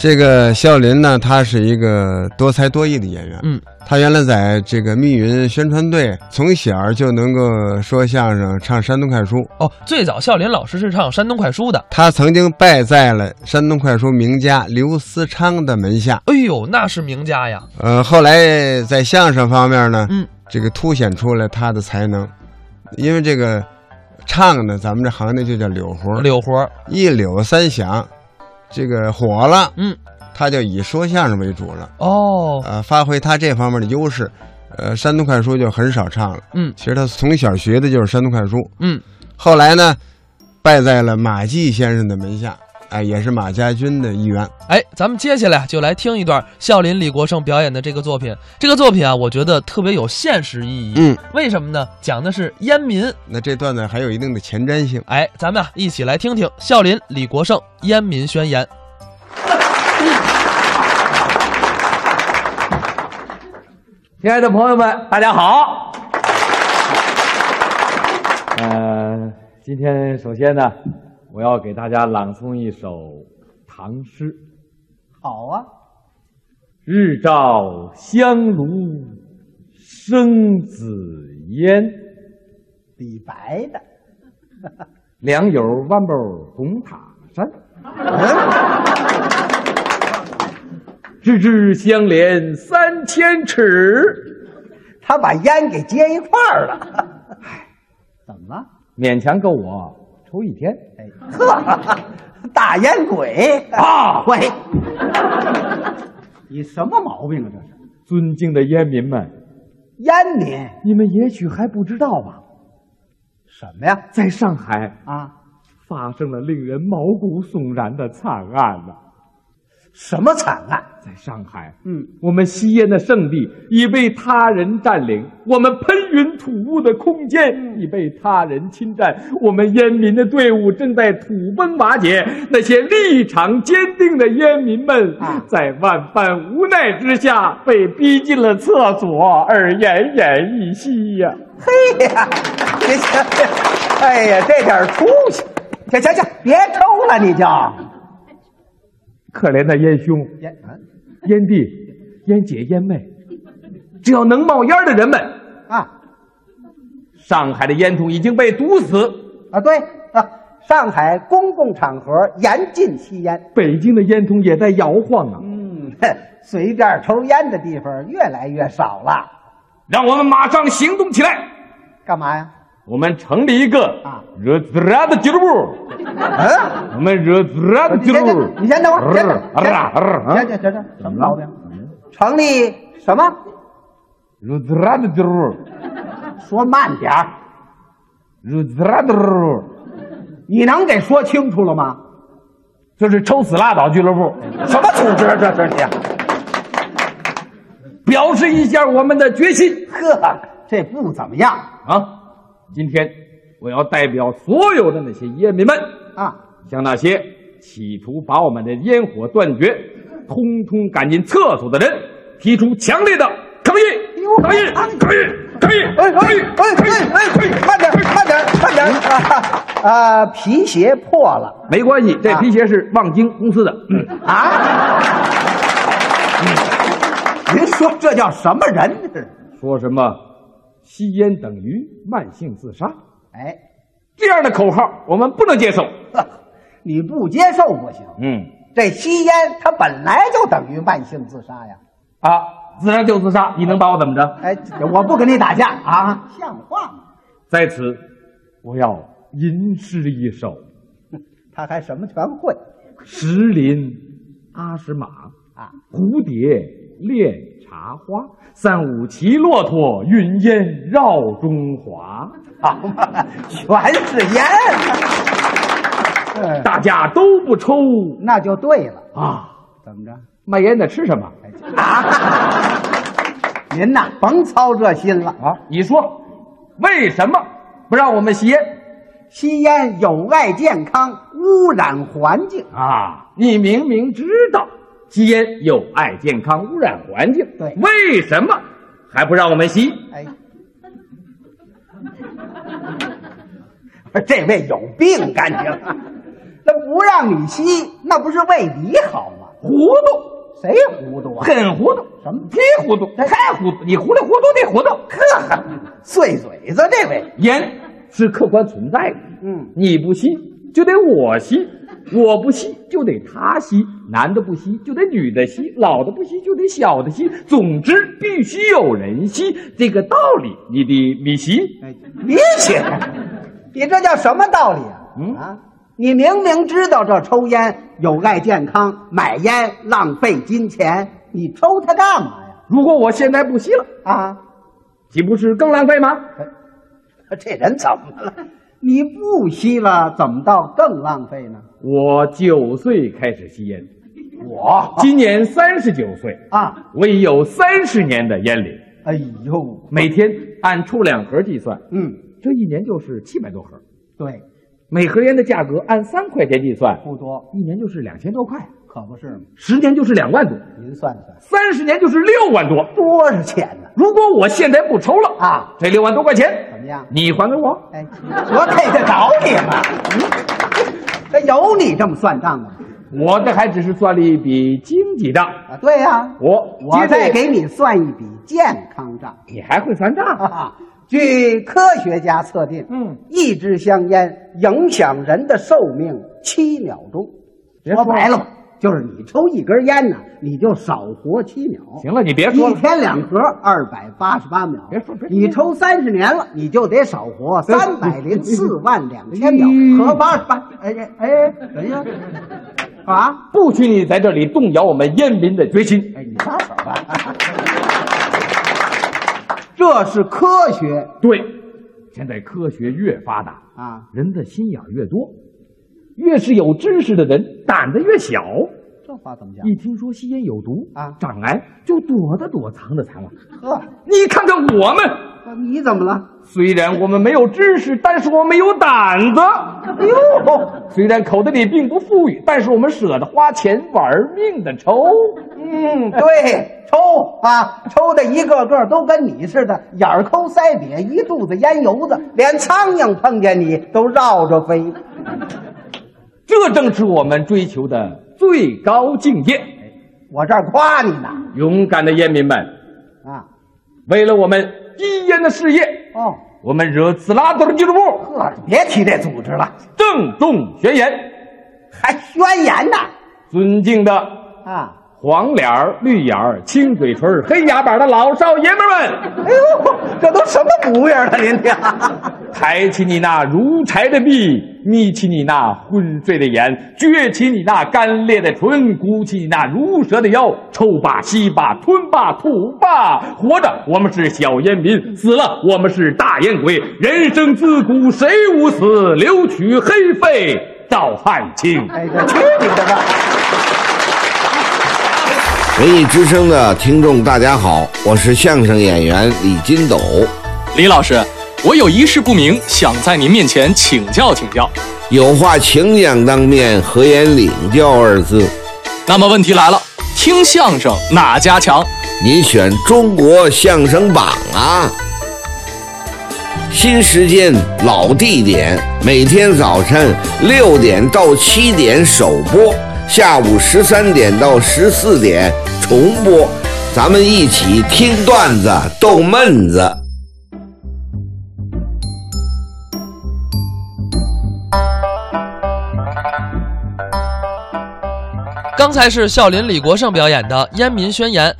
这个肖林呢，他是一个多才多艺的演员。嗯，他原来在这个密云宣传队，从小就能够说相声、唱山东快书。哦，最早笑林老师是唱山东快书的。他曾经拜在了山东快书名家刘思昌的门下。哎呦，那是名家呀！呃，后来在相声方面呢，嗯，这个凸显出了他的才能，因为这个唱呢，咱们这行内就叫柳活儿，嗯柳活儿，一柳三响，这个火了，嗯，他就以说相声为主了。哦，呃，发挥他这方面的优势。呃，山东快书就很少唱了。嗯其实他从小学的就是山东快书，嗯，后来呢，拜在了马季先生的门下，哎、也是马家军的一员。哎，咱们接下来就来听一段笑林李国盛表演的这个作品。这个作品啊，我觉得特别有现实意义。嗯，为什么呢？讲的是烟民。那这段子还有一定的前瞻性。哎，咱们啊一起来听听笑林李国盛《烟民宣言》。亲爱的朋友们，大家好。呃，今天首先呢，我要给大家朗诵一首唐诗：好啊，日照香炉生紫烟，李白的，良友弯钩红塔山。嗯枝枝相连三千尺，他把烟给接一块儿了。 怎么了？勉强够我抽一天。哎，呵， 大烟鬼啊喂， 你什么毛病啊？这是尊敬的烟民们。烟民你们也许还不知道吧，什么呀？在上海啊，发生了令人毛骨悚然的惨案呢、什么惨案？在上海，嗯，我们吸烟的圣地已被他人占领，我们喷云吐雾的空间已被他人侵占，我们烟民的队伍正在土崩瓦解。那些立场坚定的烟民们啊，在万般无奈之下被逼进了厕所，而奄奄一息呀、嘿呀，行行，哎呀，这点出息，行行行，别抽了，你就可怜的烟兄，烟嗯烟弟、烟姐、烟妹，只要能冒烟的人们，啊上海的烟囱已经被堵死，啊对啊，上海公共场合严禁吸烟。北京的烟囱也在摇晃啊！嗯， 哼随便抽烟的地方越来越少了，让我们马上行动起来！干嘛呀？我们成立一个啊惹孜然的俱乐部，嗯， 我们惹孜然的你俱乐先部等，。你先等会儿，先等会啊啊儿，啊行行行行，嗯什么毛病？成立什么？惹孜然的俱乐部，说慢点儿，惹孜然的俱乐部，你能给说清楚了吗？就是抽死拉倒俱乐部，什么组织啊这是你？表示一下我们的决心。呵，这不怎么样啊，今天我要代表所有的那些烟民们，啊！向那些企图把我们的烟火断绝、通通赶进厕所的人，提出强烈的抗议哎呦！抗议！抗议抗议！抗议！哎哎哎哎哎，慢点儿，慢点儿，慢点儿啊！啊，皮鞋破了没关系，这皮鞋是望京公司的。嗯啊！您说这叫什么人？这是？说什么吸烟等于慢性自杀哎，这样的口号，我们不能接受。呵， 你不接受不行。嗯，这吸烟它本来就等于慢性自杀呀！啊，自杀就自杀，你能把我怎么着？哎，我不跟你打架啊，像话吗？在此，我要吟诗一首。他还什么全会石林阿诗玛，啊？蝴蝶恋茶花，三五骑骆驼，云烟绕中华。好嘛，全是烟。啊嗯，大家都不抽那就对了。啊，怎么着？卖烟的吃什么啊，您呐，甭操这心了。 啊？你说，为什么不让我们吸烟吸烟有害健康，污染环境。啊？你明明知道吸烟有害健康，污染环境，对为什么还不让我们吸？哎，这位有病，干净。那不让你吸，那不是为你好吗？糊涂，谁糊涂啊？ 很糊涂，什么？忒糊涂，太糊涂，你糊里糊涂地糊涂，呵，碎嘴子这位，盐是客观存在的，嗯你不吸就得我吸，我不吸就得他吸，男的不吸就得女的吸，老的不吸就得小的吸，总之必须有人吸，这个道理你得理析。别起来，你这叫什么道理啊？嗯啊，你明明知道这抽烟有害健康，买烟浪费金钱，你抽它干嘛呀？如果我现在不吸了，啊，岂不是更浪费吗？这人怎么了？你不吸了，怎么到更浪费呢？我九岁开始吸烟，我今年三十九岁，啊，我已有三十年的烟龄，哎呦，每天按出两盒计算，嗯，这一年就是七百多盒。对，每盒烟的价格按三块钱计算，不多，一年就是两千多块，可不是吗？十年就是两万多，您算算，三十年就是六万多。多少钱呢？如果我现在不抽了啊，这六万多块钱怎么样？你还给我？哎，我逮得着你吗？嗯，这有你这么算账的吗？我这还只是算了一笔经济账，啊，对呀、我我接着再给你算一笔健康账。你还会算哈账？哈，据科学家测定，嗯，一支香烟影响人的寿命七秒钟。别说说了白了吧，就是你抽一根烟呢，你就少活七秒。行了，你别说一了，天两盒，二百八十八秒。别说别说哎你抽三十年了，你就得少活别说三百零四万两千秒嗯和八十八。哎哎哎，等一下，啊！不许你在这里动摇我们烟民的决心。哎，你撒手吧。 这是科学对，现在科学越发达，啊！人的心眼儿越多，越是有知识的人胆子越小。这话怎么讲一听说吸烟有毒啊长癌就躲的躲，藏的藏啊。呵，你看看我们，你怎么了？虽然我们没有知识，但是我们有胆子。哎呦，虽然口袋里并不富裕，但是我们舍得花钱，玩命的抽。嗯， 对，抽啊，抽的一个个都跟你似的，眼儿抠腮瘪，一肚子烟油子，连苍蝇碰见你都绕着飞。这正是我们追求的最高境界。我这儿夸你呢勇敢的烟民们，啊！为了我们吸烟的事业，哦，我们惹次拉德俱乐部呵，别提这组织了，郑重宣言，还宣言呢尊敬的啊！黄脸儿、绿眼儿、青嘴唇儿、黑牙板的老少爷们儿们，哎呦，这都什么模样了？您这，抬起你那如柴的臂，眯起你那昏睡的眼，撅起你那干裂的唇，鼓起你那如蛇的腰，抽吧、吸吧、吞吧、吐吧，活着我们是小烟民，死了我们是大烟鬼。人生自古谁无死，留取黑肺照汗青。哎，这去你的吧！文艺之声的听众，大家好，我是相声演员李金斗。李老师，我有一事不明，想在您面前请教请教。有话请讲当面，何言领教二字。那么问题来了，听相声哪家强？您选中国相声榜啊！新时间老地点，每天早晨六点到七点首播，下午十三点到十四点重播。咱们一起听段子、逗闷子。刚才是笑林李国盛表演的《烟民宣言》。